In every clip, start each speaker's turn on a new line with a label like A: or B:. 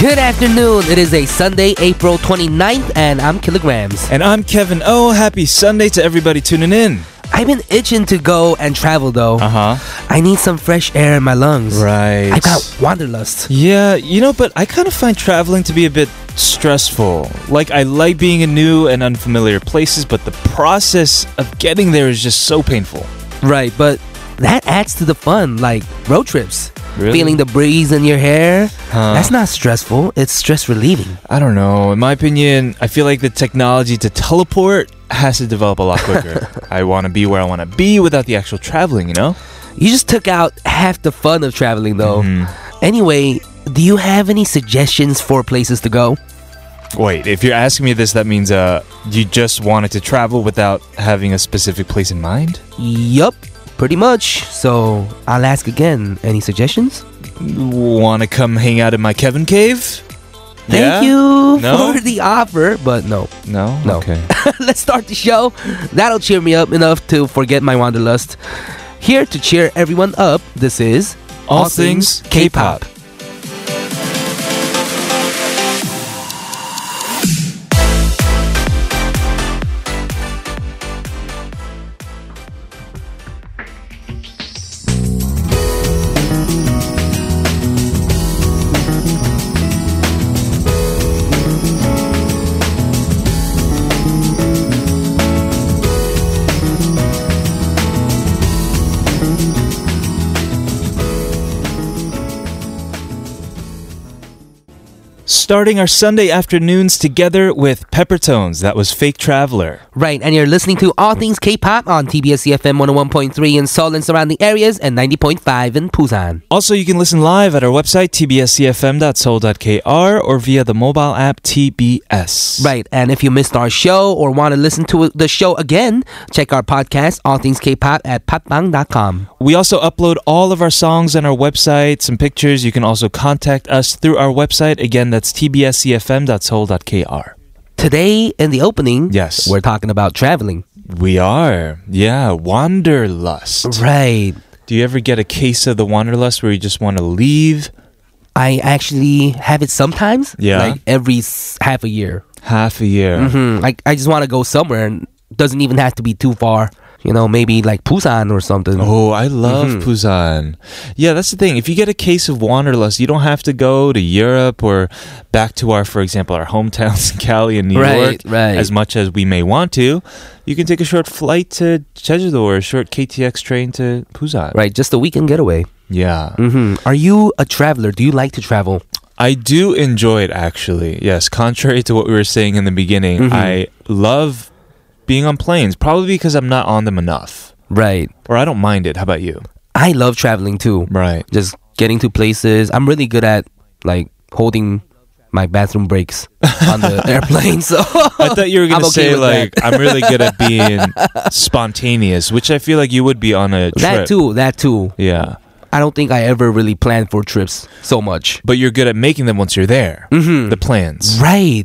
A: Good afternoon. It is a Sunday, April 29th, and I'm Kilograms.
B: And I'm Kevin O. Happy Sunday to everybody tuning in. Uh-huh.
A: I've been itching to go and travel though.
B: huh.
A: I need some fresh air in my lungs.
B: Oh. Uh. Right.
A: I got wanderlust.
B: Yeah, you know, but I kind of find traveling to be a bit stressful. Like, I like being in new and unfamiliar places, but the process of getting there is just so painful.
A: Right, but that adds to the fun, like road trips.
B: Really? Uh.
A: Feeling the breeze in your hair.
B: Huh.
A: That's not stressful, it's stress relieving.
B: I don't know. In my opinion, I feel like the technology to teleport has to develop a lot quicker. I want to be where I want to be without the actual traveling, you know?
A: You just took out half the fun of traveling though.
B: Mhm.
A: Anyway, do you have any suggestions for places to go?
B: Wait, if you're asking me this, that means uh, you just wanted to travel without having a specific place in mind?
A: Yup, pretty much. So I'll ask again. Any suggestions?
B: Want to come hang out in my Kevin cave?
A: Thank you
B: No?
A: for the offer, but no.
B: No?
A: No.
B: Okay.
A: Let's start the show. That'll cheer me up enough to forget my wanderlust. Here to cheer everyone up, this is
B: All, things K pop. Starting our Sunday afternoons together with Peppertones. That was Fake Traveler.
A: Right, and you're listening to All Things K-Pop on TBS EFM 101.3 in Seoul and surrounding areas and 90.5 in Busan.
B: Also, you can listen live at our website, tbscfm.soul.kr, or via the mobile app TBS.
A: Right, and if you missed our show or want to listen to the show again, check our podcast, All Things K-Pop, at popbang.com.
B: We also upload all of our songs on our website, some pictures. You can also contact us through our website. Again, that's tbscfm.soul.kr.
A: Today, in the opening,
B: Yes.
A: we're talking about traveling.
B: We are. Yeah, wanderlust.
A: Right.
B: Do you ever get a case of the wanderlust where you just want to leave
A: I actually have it sometimes.
B: Yeah.
A: Like every s- half a year.
B: half a year?
A: Hmm. Like I just want to go somewhere and doesn't even have to be too far. You know, maybe like Busan or something.
B: Oh, I love
A: Mm-hmm.
B: Busan. Yeah, that's the thing. If you get a case of wanderlust, you don't have to go to Europe or back to our, for example, our hometowns in Cali and New
A: Right,
B: York
A: right.
B: as much as we may want to. You can take a short flight to Jeju or a short KTX train to Busan.
A: Right, just a weekend getaway.
B: Yeah.
A: hmm Are you a traveler? Do you like to travel?
B: I do enjoy it actually. Yes, contrary to what we were saying in the beginning,
A: Mhm.
B: I love being on planes, probably because I'm not on them enough.
A: Right.
B: Or I don't mind it. How about you?
A: I love traveling too.
B: Right.
A: Just getting to places. I'm really good at like holding my bathroom breaks on the airplane. So
B: I thought you were
A: I'm
B: gonna
A: okay
B: say
A: with
B: like I'm really good at being spontaneous, which I feel like you would be on a
A: that
B: trip.
A: too, that too.
B: Yeah,
A: I don't think I ever really planned for trips so much.
B: but you're good at making them once you're there.
A: Mm-hmm.
B: The plans.
A: Right.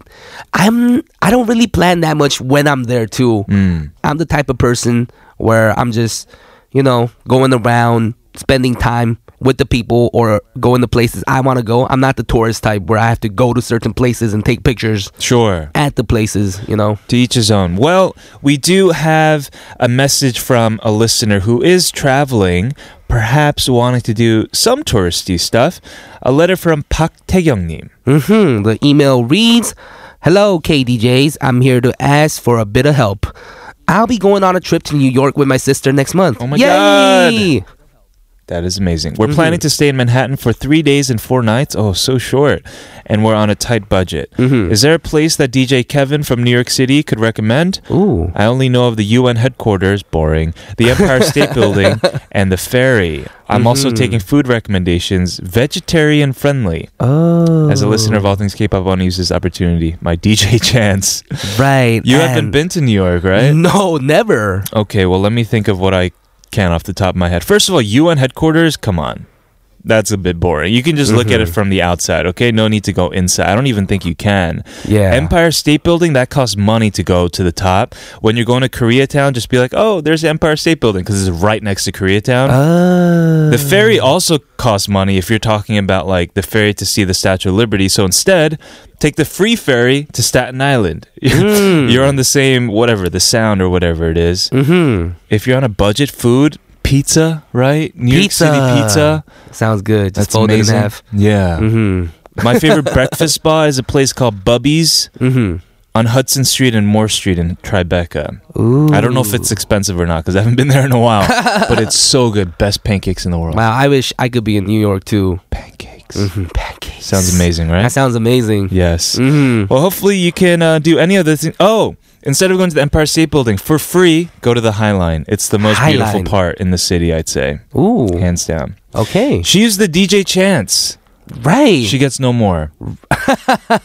A: I'm I don't really plan that much when I'm there too.
B: Mm.
A: I'm the type of person where I'm just, you know, going around, spending time with the people or going to places I want to go. I'm not the tourist type where I have to go to certain places and take pictures
B: Sure.
A: at the places, you know.
B: To each his own. Well, we do have a message from a listener who is traveling, perhaps wanting to do some touristy stuff. A letter from Pak Taegyeong님.
A: Mhm. The email reads, "Hello KDJs, I'm here to ask for a bit of help. I'll be going on a trip to New York with my sister next month."
B: Oh my
A: Yay! God.
B: That is amazing.
A: Mm-hmm.
B: We're planning to stay in Manhattan for three days and four nights. Oh, so short. And we're on a tight budget.
A: Mm-hmm. Hmm.
B: Is there a place that DJ Kevin from New York City could recommend?
A: Ooh.
B: I only know of the UN headquarters, boring, the Empire State Building, and the ferry. I'm also taking food recommendations, vegetarian friendly.
A: Oh.
B: As a listener of All Things K-Pop, I want to use this opportunity, my DJ chance.
A: Right.
B: You
A: and-
B: haven't been to New York, right?
A: No, never.
B: Okay, well, let me think of what I can off the top of my head. First of all, UN headquarters, come on. that's a bit boring. You can just look at it from the outside, okay? No need to go inside. I don't even think you can.
A: Yeah.
B: Empire State Building, that costs money to go to the top. When you're going to Koreatown, just be like, oh, there's the Empire State Building because it's right next to Koreatown.
A: Uh,
B: The ferry also costs money if you're talking about like the ferry to see the Statue of Liberty. So instead, take the free ferry to Staten Island. you're on the same whatever, the sound or whatever it is.
A: mm-hmm.
B: If you're on a budget, food, pizza, right? New York City pizza.
A: Sounds good. Just
B: That's
A: fold
B: amazing.
A: it in half.
B: Yeah.
A: Mm-hmm.
B: My favorite breakfast bar is a place called Bubby's
A: Mm-hmm.
B: on Hudson Street and Moore Street in Tribeca.
A: Ooh.
B: I don't know if it's expensive or not because I haven't been there in a while, but it's so good. Best pancakes in the world.
A: Wow, I wish I could be in New York too.
B: Pancakes.
A: hmm Pancakes.
B: Sounds amazing, right?
A: That sounds amazing.
B: Yes.
A: hmm
B: Well, hopefully you can uh, do any of this. Oh, instead of going to the Empire State Building for free, go to the High Line. It's the most
A: High Line.
B: beautiful
A: Mm.
B: part in the city, I'd say,
A: Ooh.
B: hands down.
A: Okay.
B: She is the DJ Chance.
A: Right.
B: She
A: She,
B: gets no more,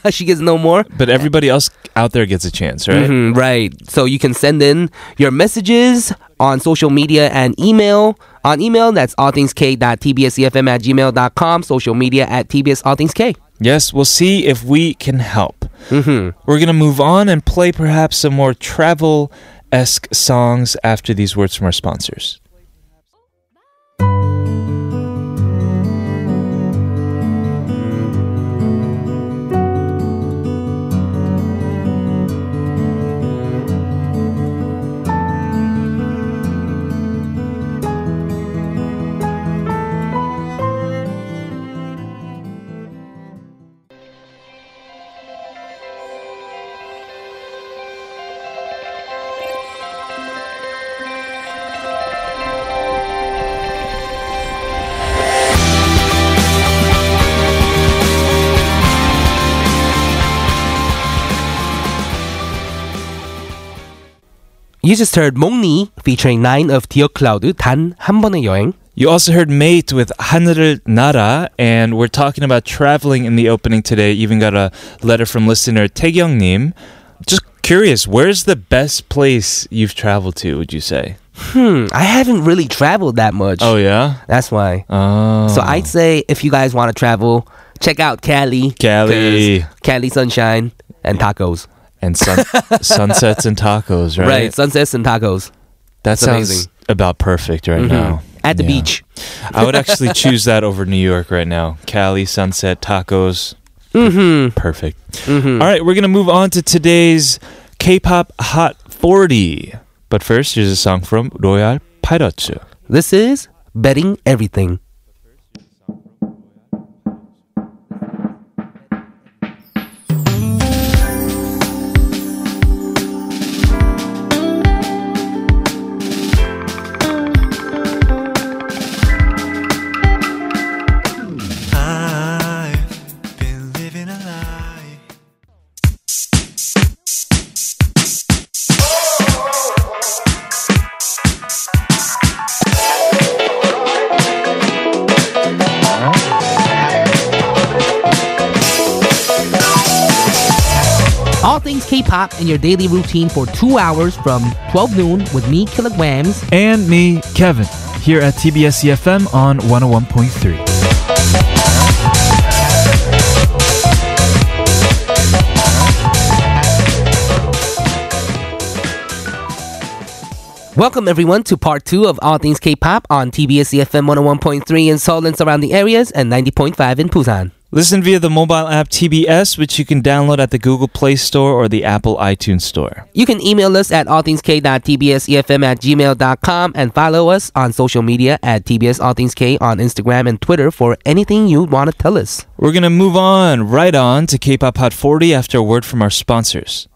A: gets no more.
B: but everybody else out there gets a chance, right?
A: Mhm, right. So you can send in your messages on social media and email. On email, that's allthingsk.tbscfm E at gmail.com. Social media at tbs allthingsk.
B: Yes, we'll see if we can help.
A: Mm-hmm.
B: We're gonna move on and play perhaps some more travel esque songs after these words from our sponsors.
A: You just heard Mongni featuring nine of Tio Cloud, 단 한 번의 여행.
B: You also heard Mate with Haner을 Nara, and we're talking about traveling in the opening today. Even got a letter from listener Taegyeong Nim. Just curious, where's the best place you've traveled to, would you say?
A: Hmm, I haven't really traveled that much.
B: Oh, yeah?
A: That's why.
B: Oh.
A: So I'd say if you guys want to travel, check out Cali.
B: Cali.
A: 'cause Cali sunshine and tacos.
B: And sun- sunsets and tacos, right?
A: Right. Sunsets and tacos.
B: That
A: It's
B: sounds
A: amazing.
B: about perfect right
A: Mhm.
B: now.
A: At the
B: Yeah.
A: beach.
B: I would actually choose that over New York right now. Cali, sunset, tacos,
A: Mm-hmm.
B: perfect.
A: Mm-hmm.
B: All right, we're going to move on to today's K-pop Hot 40. But first, here's a song from Royal Pirachu.
A: This is betting everything.
C: I've been living a lie.
A: All things K-pop in your daily routine for two hours from 12 noon with me, Kilograms.
B: And me, Kevin, here at TBS EFM E on 101.3.
A: Welcome everyone to part two of All Things K-pop on TBS EFM 101.3 in Seoul and surrounding areas and 90.5 in Busan.
B: Listen via the mobile app TBS, which you can download at the Google Play Store or the Apple iTunes Store.
A: You can email us at allthingsk.tbsefm E at gmail.com and follow us on social media at TBS All Things K on Instagram and Twitter for anything you want to tell us.
B: We're going to move on right on to K-pop Hot 40 after a word from our sponsors.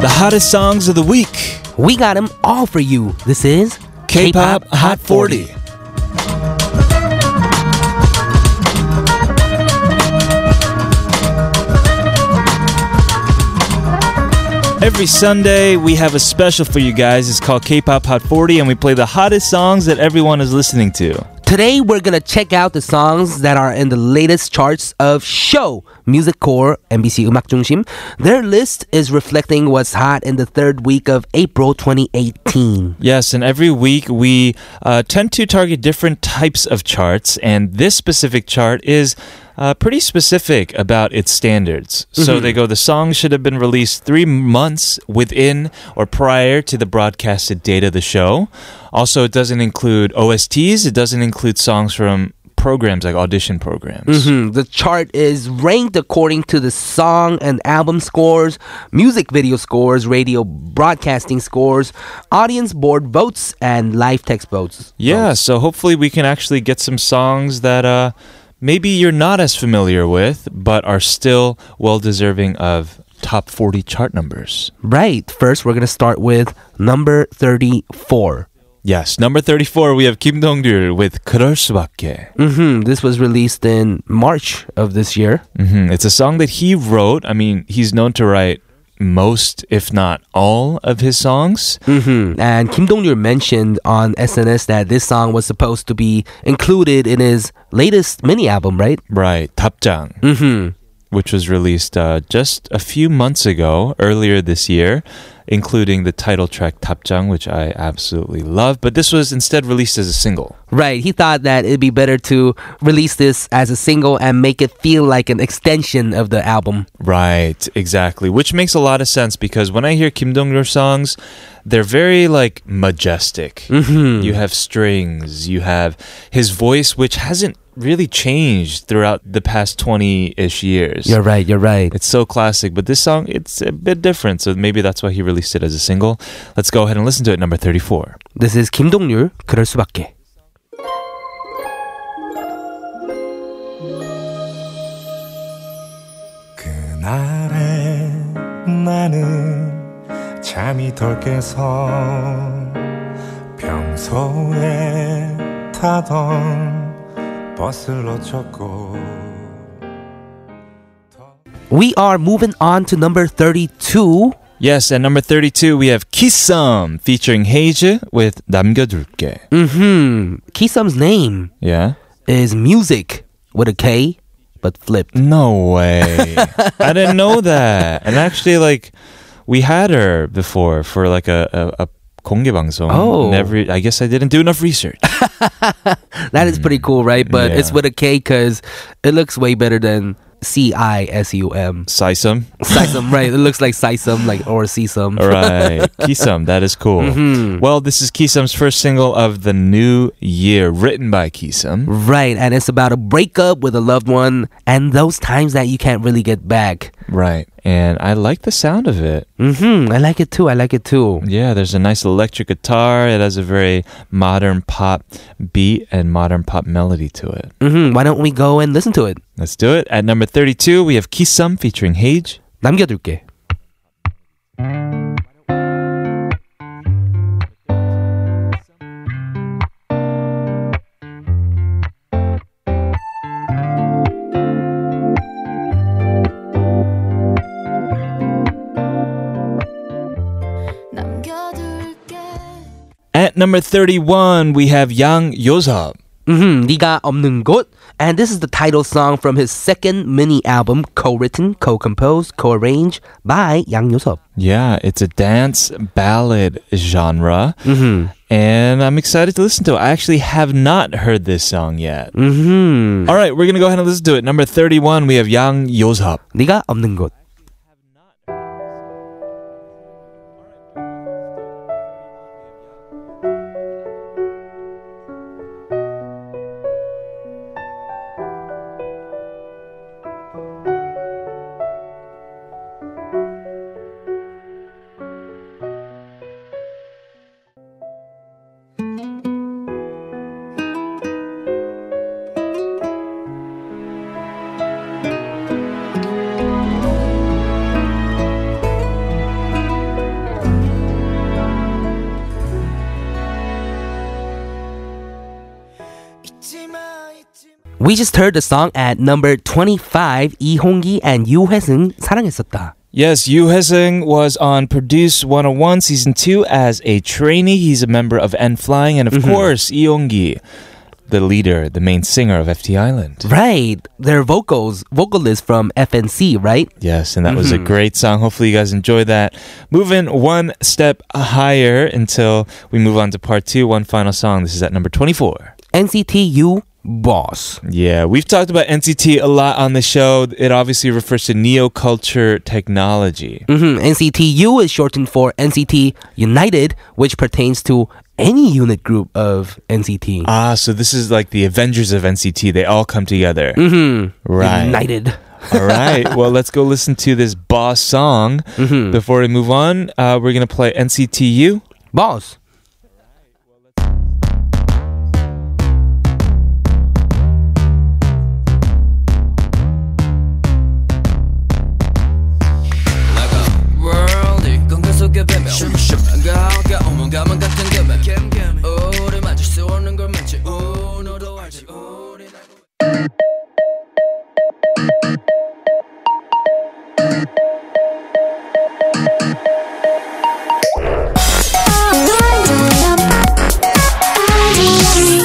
B: The hottest songs of the week.
A: We got them all for you. This is
B: K-pop Hot 40. Every Sunday, we have a special for you guys. It's called K-pop Hot 40, and we play the hottest songs that everyone is listening to.
A: Today we're gonna check out the songs that are in the latest charts of Show Music Core MBC 음악 중심. Their list is reflecting what's hot in the third week of April 2018.
B: Yes, and every week we uh, tend to target different types of charts, and this specific chart is. Uh, pretty specific about its standards. So they go, the song should have been released three months within or prior to the broadcasted date of the show. Also, it doesn't include OSTs, it doesn't include songs from programs like audition programs.
A: Mhm. The chart is ranked according to the song and album scores, music video scores, radio broadcasting scores, audience board votes, and live text votes.
B: Yeah, so hopefully we can actually get some songs that uh, maybe you're not as familiar with, but are still well deserving of top 40 chart numbers.
A: Right. First, we're going to start with number 34.
B: Yes, number 34, we have Kim Dong Ryul with 그럴 수밖에.
A: hmm This was released in March of this year.
B: hmm It's a song that he wrote. I mean, he's known to write most, if not all, of his songs.
A: hmm And Kim Dong-ryul mentioned on SNS that this song was supposed to be included in his latest mini album, right?
B: Right, 답장.
A: hmm
B: which was released uh, just a few months ago, earlier this year, including the title track Tapjang, which I absolutely love. But this was instead released as a single.
A: Right. He thought that it'd be better to release this as a single and make it feel like an extension of the album.
B: Right, exactly. Which makes a lot of sense because when I hear Kim Dong Ryul songs, they're very like majestic. You have strings, you have his voice, which hasn't really changed throughout the past 20 ish years.
A: You're right. You're right.
B: It's so classic, but this song, it's a bit different. So maybe that's why he released it as a single. Let's go ahead and listen to it, number 34.
A: This is Kim Dong-ryul, 그럴 수밖에.
C: 그날에 나는 잠이 덜 깨서 평소에 타던 버스를 놓쳤고
A: We are moving on to number 32.
B: Yes, at number 32, we have Kissum featuring Heije with 남겨둘게.
A: Mm-hmm. Kisum's name
B: Yeah?
A: is Music with a K, but flipped.
B: No way. I didn't know that. And actually, like, we had her before for like a, a, a 공개 방송.
A: Oh.
B: Never, I guess I didn't do enough research.
A: That is pretty cool, right? But
B: yeah.
A: it's with a K because it looks way better than C I S U M.
B: Sisum.
A: Sisum, right? It looks like Sisum, like or Sisum.
B: All right, Kisum, that is cool. Well, this is Kisum's first single of the new year, written by Kisum.
A: Right, and it's about a breakup with a loved one and those times that you can't really get back.
B: Right. And I like the sound of it.
A: hmm I like it too. I like it too.
B: Yeah, there's a nice electric guitar. It has a very modern pop beat and modern pop melody to it.
A: hmm Why don't we go and listen to it?
B: Let's do it. At number 32, we have Kisum featuring Hage.
A: 남겨둘게.
D: 남겨둘게
B: At number 31, we have Yang Yozop.
A: hmm 네가 없는 곳. And this is the title song from his second mini album, co-written, co-composed, co-arranged by Yang Yosop.
B: Yeah, it's a dance ballad genre.
A: hmm
B: And I'm excited to listen to it. I actually have not heard this song yet.
A: hmm
B: All right, we're gonna go ahead and listen to it. Number 31, we have Yang Yozhap.
A: 네가 없는 곳.
C: 잊지마 잊지마
A: We just heard the song at number 25, Lee Hongi and Yoo Hye-seung, 사랑했었다.
B: Yes, Yu Hesing was on Produce 101
A: Mm-hmm.
B: Season 2 as a trainee. He's a member of N Flying and, of course, Eongi. the leader, the main singer of FT Island.
A: Right. They're vocals, vocalists from FNC, right?
B: Yes, and that was
A: Mm-hmm.
B: a great song. Hopefully, you guys enjoyed that. Moving one step higher until we move on to part two. One final song. This is at number 24.
A: NCT U Boss.
B: Yeah, we've talked about NCT a lot on the show. It obviously refers to neo culture technology.
A: Mm-hmm. NCT U is shortened for NCT United, which pertains to any unit group of NCT.
B: Ah, so this is like the Avengers of NCT. They all come together.
A: mm-hmm.
B: Right.
A: United.
B: All right. Well, let's go listen to this boss song. Before we move on, uh, we're going to play NCTU.
A: Boss.
D: 월드 공간 속의 배면 안가게 오만 가만 같은 개면 우리 맞을 수 없는 걸 맞지 오늘도 알지 우리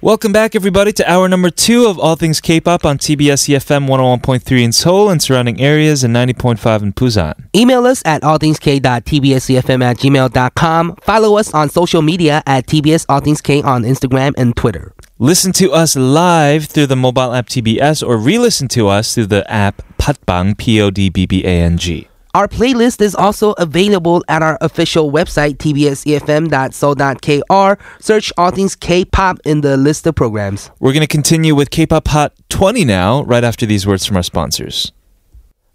B: Welcome back, everybody, to hour number two of All Things K-Pop on TBS EFM 101.3 in Seoul and surrounding areas and 90.5 in Busan.
A: Email us at allthingsk.tbscfm E at gmail.com. Follow us on social media at TBS All Things K on Instagram and Twitter.
B: Listen to us live through the mobile app TBS or re-listen to us through the app Patbang, P-O-D-B-B-A-N-G.
A: Our playlist is also available at our official website, tbsefm.so.kr. Search All Things K-Pop in the list of programs.
B: We're going to continue with K-Pop Hot 20 now, right after these words from our sponsors.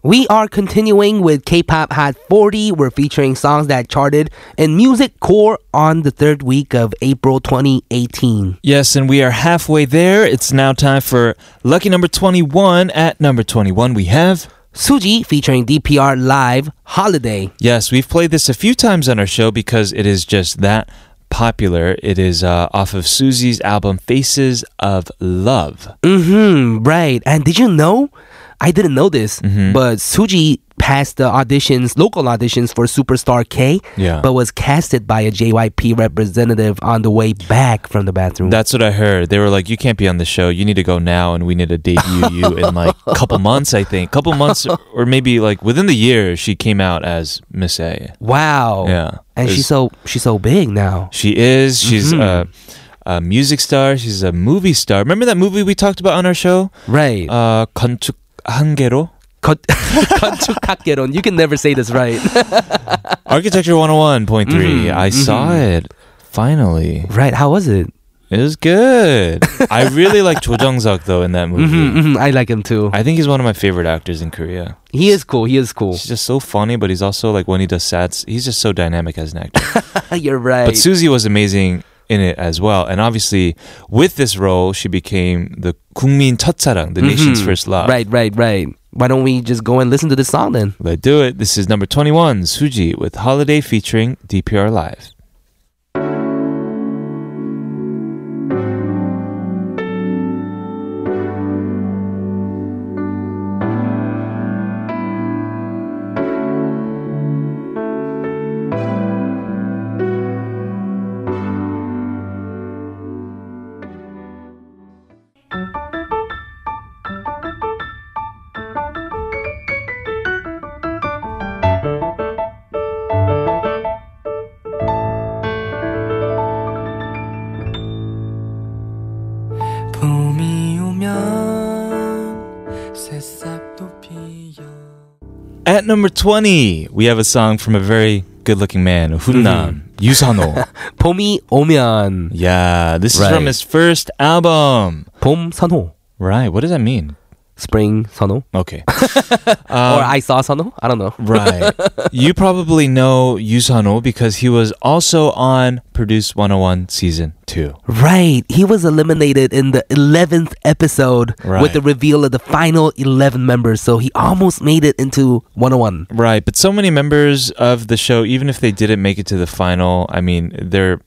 A: We are continuing with K-Pop Hot 40. We're featuring songs that charted in Music Core on the third week of April 2018.
B: Yes, and we are halfway there. It's now time for lucky number 21. At number 21, we have...
A: Suji featuring DPR Live, Holiday.
B: Yes, we've played this a few times on our show because it is just that popular. It is uh, off of Susie's album Faces of Love.
A: Mm-hmm. Right. And did you know? I didn't know this,
B: Mm-hmm.
A: but Suji passed the auditions, local auditions for Superstar K,
B: Yeah.
A: but was casted by a JYP representative on the way back from the bathroom.
B: That's what I heard. They were like, "You can't be on the show. You need to go now, and we need to debut you in like a couple months. I think couple months, or maybe like within the year." She came out as Miss A.
A: wow.
B: Yeah,
A: And she's so she's so big now.
B: She is. She's
A: Mm-hmm.
B: a, a music star. She's a movie star. Remember that movie we talked about on our show?
A: Right.
B: Uh, 건축 한계로.
A: Kon- 건축학개론. you can never say this right.
B: Architecture 101.3.
A: Mm-hmm.
B: I saw it. Finally.
A: right. How was it?
B: It was good. I really like Cho Jung-suk though in that movie.
A: hmm I like him too.
B: I think he's one of my favorite actors in Korea.
A: He is cool. He is cool.
B: He's just so funny, but he's also like when he does sats, he's just so dynamic as an actor.
A: You're right.
B: But Suzy was amazing in it as well. And obviously with this role, she became the 국민 첫사랑, the nation's first love.
A: Mm-hmm. right. Right. Right. Why don't we just go and listen to this song then?
B: Let's do it. This is number 21, Suji with Holiday featuring DPR Live.
D: 봄이 오면 새싹도 피어
B: At number 20, we have a song from a very good-looking man, Hunnam, Yusano.
A: 봄이 오면
B: Yeah, this is
A: Right.
B: from his first album.
A: 봄 선호.
B: Right, what does that mean?
A: spring Sono
B: Okay.
A: or
B: Um,
A: I saw Sono. I don't know.
B: right. You probably know Yusano because he was also on Produce 101 season 2.
A: Right, he was eliminated in the eleventh episode
B: Right.
A: with the reveal of the final eleven members. So he almost made it into 101.
B: Right, but so many members of the show, even if they didn't make it to the final, I mean, they're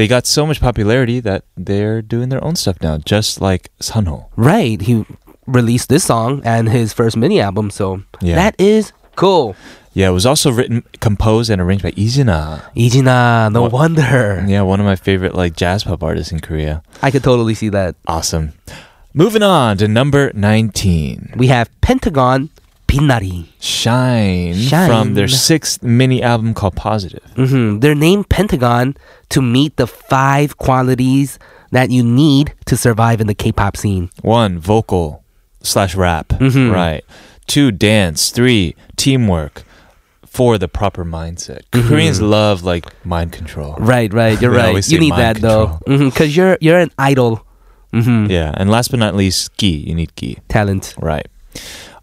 B: they got so much popularity that they're doing their own stuff now, just like Sanho.
A: Right, he released this song and his first mini album. So
B: Yeah.
A: that is cool.
B: Yeah, it was also written, composed, and arranged by Izuna.
A: Ijina, no
B: What-
A: wonder.
B: Yeah, one of my favorite like jazz pop artists in Korea.
A: I could totally see that.
B: Awesome. Moving on to number nineteen,
A: We have Pentagon Pinari.
B: Shine, from their
A: Shine.
B: sixth mini album called Positive.
A: hmm They're named Pentagon to meet the five qualities that you need to survive in the K-pop scene.
B: One, vocal slash rap.
A: Mhm.
B: Right. Two, dance. Three, teamwork. Four, the proper mindset. Koreans love like mind control.
A: Right, right. You're
B: They
A: right.
B: always
A: You need
B: say
A: that
B: mind
A: though, because you're you're an idol. hmm
B: Yeah. And last but not least, gi. You need gi.
A: Talent.
B: Right.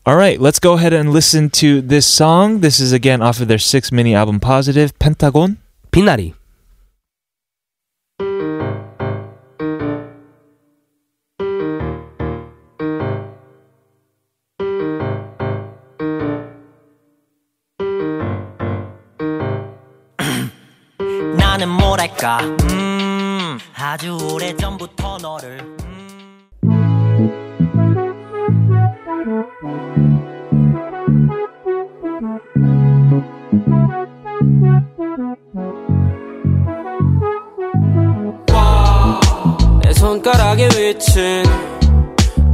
B: All right, let's go ahead and listen to this song. This is again off of their six mini album Positive, Pentagon.
A: Pinari.
E: 나는 뭐랄까 음 아주 오래전부터 너를
D: 내 손가락에 위친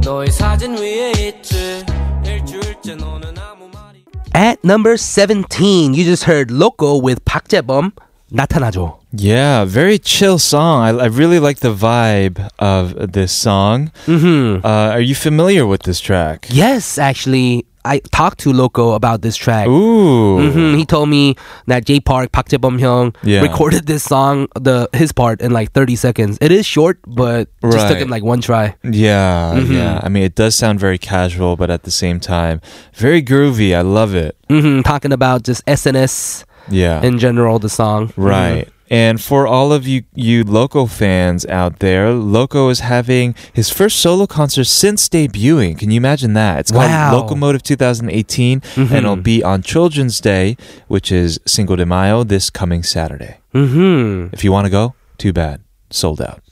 D: 너의 사진 위에 있지 일주일째 너는 아무 말이
A: At number 17, you just heard Loco with Park Jae-bum, 나타나죠.
B: Yeah, very chill song. I, I really like the vibe of this song.
A: hmm
B: Uh, are you familiar with this track?
A: Yes, actually, I talked to Loco about this track.
B: Ooh.
A: hmm He told me that J Park, Park Jae Bum Hyung
B: Yeah.
A: recorded this song, the his part in like 30 seconds. It is short, but just took
B: Right.
A: him like one try.
B: Yeah,
A: Mhm.
B: yeah. I mean, it does sound very casual, but at the same time, very groovy. I love it.
A: hmm Talking about just SNS
B: Yeah.
A: in general, the song.
B: Ah. right. And for all of you you Loco fans out there, Loco is having his first solo concert since debuting. Can you imagine that? It's called
A: Wow.
B: Locomotive 2018 and it'll be on Children's Day, which is Cinco de Mayo this coming Saturday.
A: hmm
B: If you want to go, too bad. Sold out.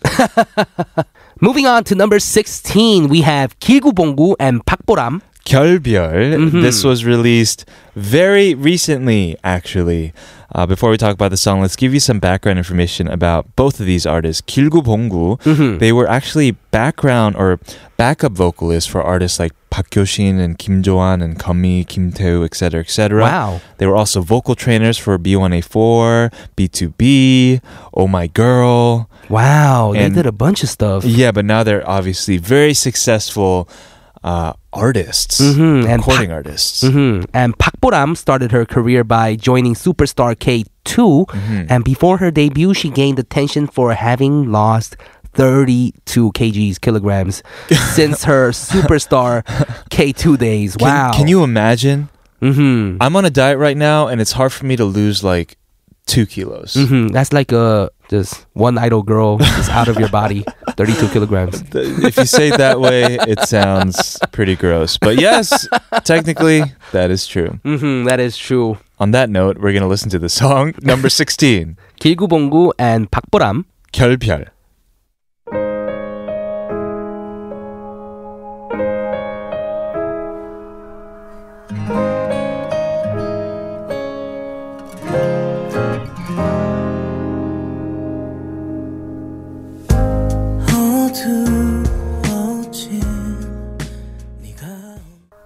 A: Moving on to number 16, we have Kilgu Bongu and Park Boram.
B: 결별. This was released very recently, actually. Uh, before we talk about the song, let's give you some background information about both of these artists. Kilgu Bongu,
A: Mm-hmm.
B: they were actually background or backup vocalists for artists like Park Kyoshin and Kim Joan and Kami, Kim Tae-woo, etc., etc.
A: Wow.
B: They were also vocal trainers for B1A4, B2B, Oh My Girl.
A: Wow.
B: And-
A: they did a bunch of stuff.
B: Yeah, but now they're obviously very successful uh, artists,
A: Mhm, and
B: recording artists.
A: hmm And Park Boram started her career by joining Superstar K2.
B: Mm-hmm.
A: And before her debut, she gained attention for having lost 32 kgs, kilograms, since her Superstar K2 days.
B: Can,
A: Wow.
B: Can you imagine?
A: hmm
B: I'm on a diet right now, and it's hard for me to lose like two kilos.
A: hmm That's like a just one idol girl just out of your body, 32 kilograms.
B: Th- if you say it that way, it sounds pretty gross. But yes, technically, that is true.
A: hmm that is true.
B: On that note, we're going to listen to the song number 16,
A: 길구봉구 and Park Boram.
B: 결별.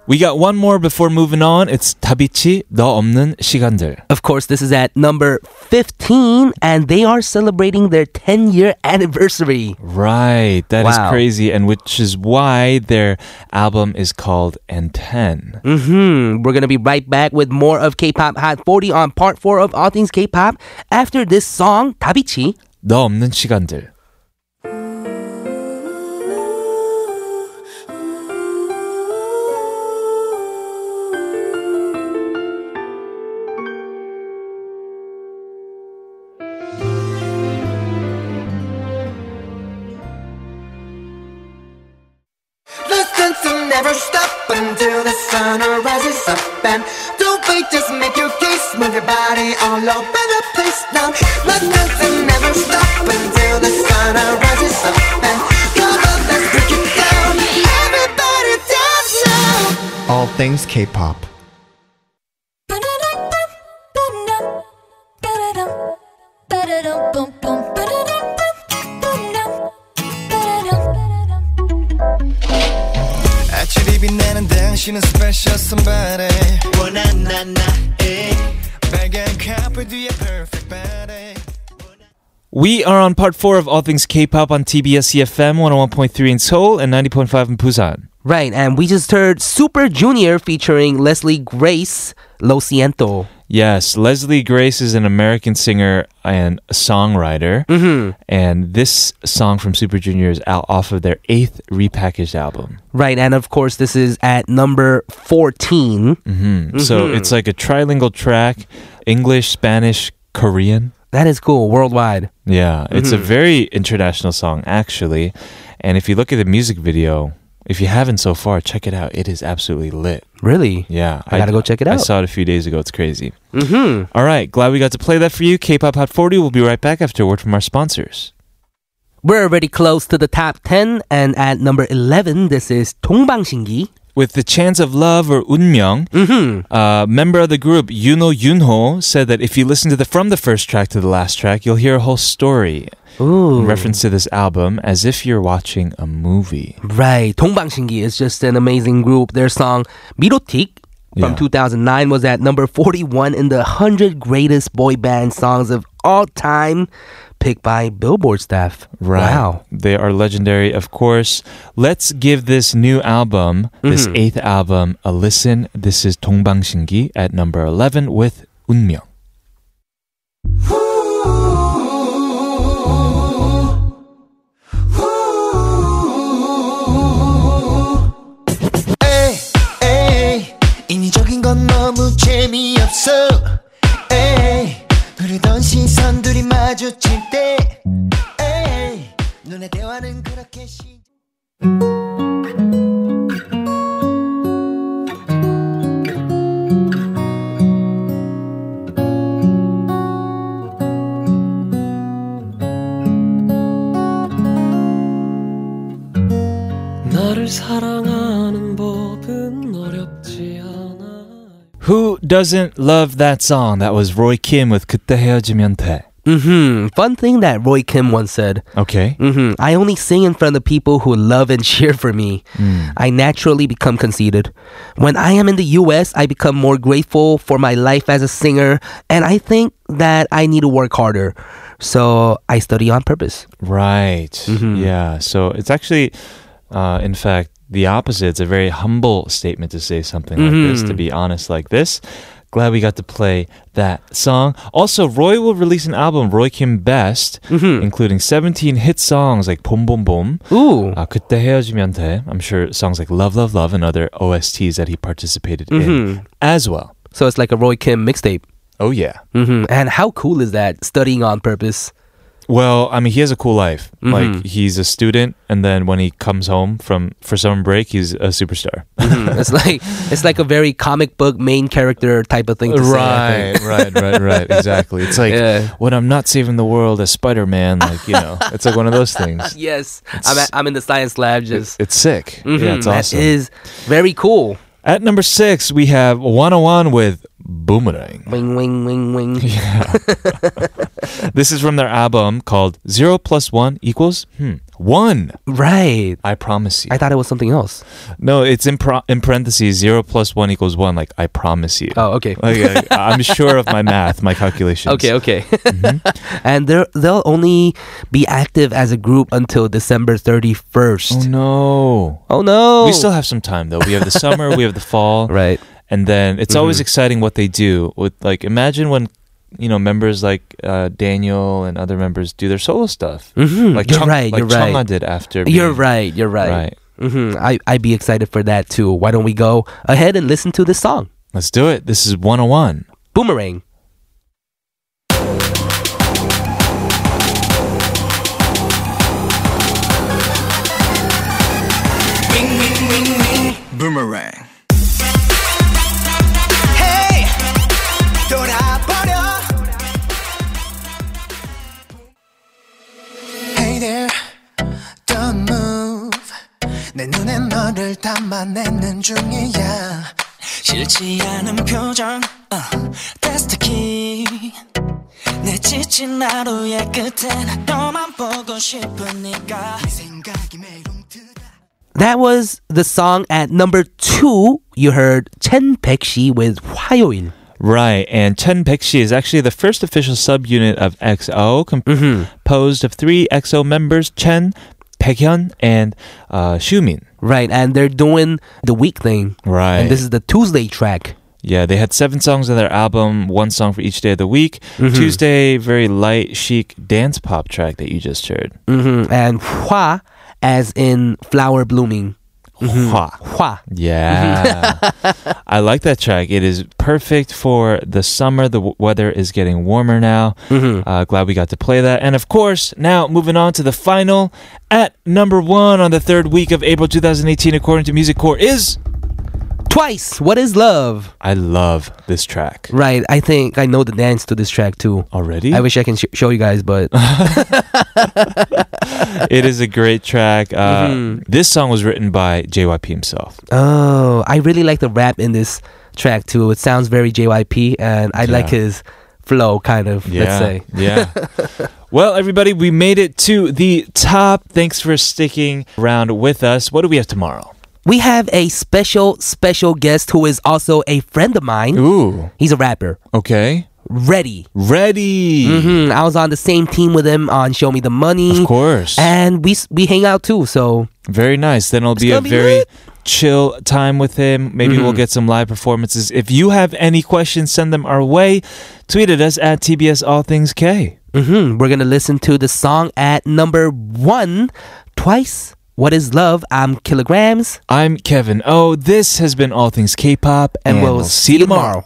B: We got one more before moving on. It's 다비치 너 없는 시간들.
A: Of course, this is at number 15, and they are celebrating their 10 year anniversary.
B: Right. that is
A: Wow.
B: crazy. And which is why their album is called N10.
A: hmm We're gonna be right back with more of K-pop Hot 40 on part four of All Things K-pop after this song "다비치."
B: 너 없는 시간들.
F: Ooh, ooh, ooh, never stop until the sun rises up and don't wait just make your case move your body all over the place now let nothing never stop until the sun rises up and come on let's break it down everybody dance now
G: All things K-pop.
H: 아침이 빛나는 당신은 스페셜 선발에 원한 나나에 빨간 카펫 뒤에 perfect body
B: We are on part four of All Things K-pop on TBS EFM 101.3 in Seoul and 90.5 in Busan.
A: Right, and we just heard Super Junior featuring Leslie Grace, Lo Siento.
B: Yes, Leslie Grace is an American singer and songwriter, and this song from Super Junior is out off of their eighth repackaged album.
A: Right, and of course, this is at number 14.
B: Mm-hmm. So it's like a trilingual track: English, Spanish, Korean.
A: That is cool, worldwide.
B: Yeah, it's
A: Mm-hmm.
B: a very international song, actually. And if you look at the music video, if you haven't so far, check it out. It is absolutely lit.
A: Really?
B: Yeah,
A: I gotta go check it
B: I
A: out.
B: saw it a few days ago. It's crazy. Mm-hmm. right, glad we got to play that for you. K-pop Hot 40. We'll be right back after a word from our sponsors.
A: We're already close to the top 10, and at number 11, this is 동방신기.
B: With the chance of love or unmyeong,
A: Mm-hmm.
B: uh, member of the group Yuno Yunho said that if you listen to the from the first track to the last track, you'll hear a whole story
A: Ooh.
B: in reference to this album, as if you're watching a movie.
A: Right. 동방신기 is just an amazing group. Their song Mirotik from
B: Yeah.
A: 2009 was at number 41 in the 100 greatest boy band songs of all time picked by Billboard staff.
B: Right.
A: Wow.
B: They are legendary, of course. Let's give this new album, this eighth album, a listen. This is Dongbang Shingi at number 11 with Unmyeong.
H: 에이 에이 인위적인 건 너무 재미없어 에이 흐르던 시선들이 마주칠 때 에이 눈의 대화는 그렇게 시
D: 나를 사랑하는 법은 어렵지 않아
B: Who doesn't love that song? That was Roy Kim with 그때 헤어지면 돼.
A: hmm Fun thing that Roy Kim once said.
B: Okay.
A: hmm I only sing in front of people who love and cheer for me.
B: Mm.
A: I naturally become conceited. When I am in the US, I become more grateful for my life as a singer, and I think that I need to work harder. So I study on purpose.
B: Right. Yeah. So it's actually, uh, in fact, the opposite. It's a very humble statement to say something like this, to be honest, like this. Glad we got to play that song. Also, Roy will release an album, Roy Kim Best, including 17 hit songs like Boom Boom Boom,
A: Ooh.
B: uh, 그때 헤어지면 돼. I'm sure songs like Love Love Love and other OSTs that he participated in as well.
A: So it's like a Roy Kim mixtape.
B: Oh, yeah.
A: hmm And how cool is that? Studying on purpose.
B: Well, I mean, he has a cool life.
A: Mm-hmm.
B: Like he's a student, and then when he comes home from for summer break, he's a superstar.
A: Hmm, it's like it's like a very comic book main character type of thing. To say, I think.
B: right, right, right. Exactly. It's like
A: Yeah.
B: when I'm not saving the world as Spider Man. Like you know, it's like one of those things.
A: Yes, I'm, at, I'm in the science lab. Just
B: It's sick. Yeah,
A: Mhm,
B: it's awesome.
A: That is very cool.
B: At number six, we have One on One with Boomerang.
A: Wing, wing, wing, wing.
B: This is from their album called Zero Plus One Equals hmm, One.
A: Right.
B: I promise you.
A: I thought it was something else.
B: no, it's in, pro- in parentheses. Zero plus one equals one. Like I promise you.
A: Oh, okay.
B: Like, like, I'm sure of my math, my calculations.
A: Okay, okay. Mm-hmm. and they're, they'll only be active as a group until December 31st.
B: Oh no.
A: Oh, no.
B: We still have some time though. We have the summer, we have the fall,
A: Right. Mm-hmm.
B: and then it's always exciting what they do. With like, imagine when you know members like uh, Daniel and other members do their solo stuff.
A: Mhm,
B: Like
A: you're
B: Chung-
A: right,
B: like
A: you're right.
B: Chungha did after.
A: You're
B: being-
A: right. You're right.
B: Right.
A: hmm I, I'd be excited for that too. Why don't we go ahead and listen to this song?
B: Let's do it. This is 101.
A: Boomerang.
F: 윙윙윙윙
H: 내 눈에 너를 담아내는 중이야
E: 싫지 않은 표정 어, 테스트키 내 지친 하루의 끝엔 너만 보고 싶으니까
A: That was the song at number two. You heard Chen Baekshi with 화요일.
B: Right, and Chen Baekshi is actually the first official subunit of XO, com-
A: Mm-hmm.
B: composed of three XO members: Chen, Baekhyun, and uh, Shumin.
A: Right, and they're doing the week thing.
B: Right.
A: And this is the Tuesday track.
B: yeah, they had seven songs on their album, one song for each day of the week.
A: Mm-hmm.
B: Tuesday, very light, chic dance pop track that you just heard.
A: hmm And Hua, as in flower blooming.
B: Hua.
A: Hua.
B: Yeah. I like that track. It is perfect for the summer. The w- weather is getting warmer now.
A: Mm-hmm.
B: Uh, glad we got to play that. And of course, now moving on to the final at number one on the third week of April 2018, according to Music Core, is
A: Twice. What is love?
B: I love this track.
A: Right. I think I know the dance to this track too.
B: Already?
A: Mm. I wish I can sh- show you guys, but
B: it is a great track. Uh,
A: Mm-hmm.
B: This song was written by JYP himself.
A: oh, I really like the rap in this track too. It sounds very JYP, and I like
B: Yeah.
A: his flow, kind of. Let's say.
B: Yeah. well, everybody, we made it to the top. Thanks for sticking around with us. What do we have tomorrow?
A: We have a special, special guest who is also a friend of mine.
B: Ooh.
A: He's a rapper.
B: Okay.
A: Ready.
B: Ready.
A: hmm I was on the same team with him on Show Me the Money.
B: Mm-hmm. Of course.
A: And we s- we hang out too, so
B: Very nice. Then it'll be
A: gonna
B: Mm-hmm. a
A: be
B: very
A: lit.
B: chill time with him. Maybe we'll get some live performances. If you have any questions, send them our way. Tweet at us at TBS All Things K.
A: hmm we're gonna listen to the song at number one, twice. What is love? I'm kilograms,
B: I'm Kevin O. This has been All Things K-pop,
A: and, we'll, see you tomorrow.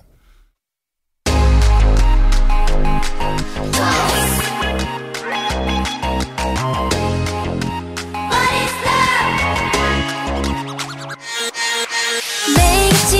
I: 매일 아침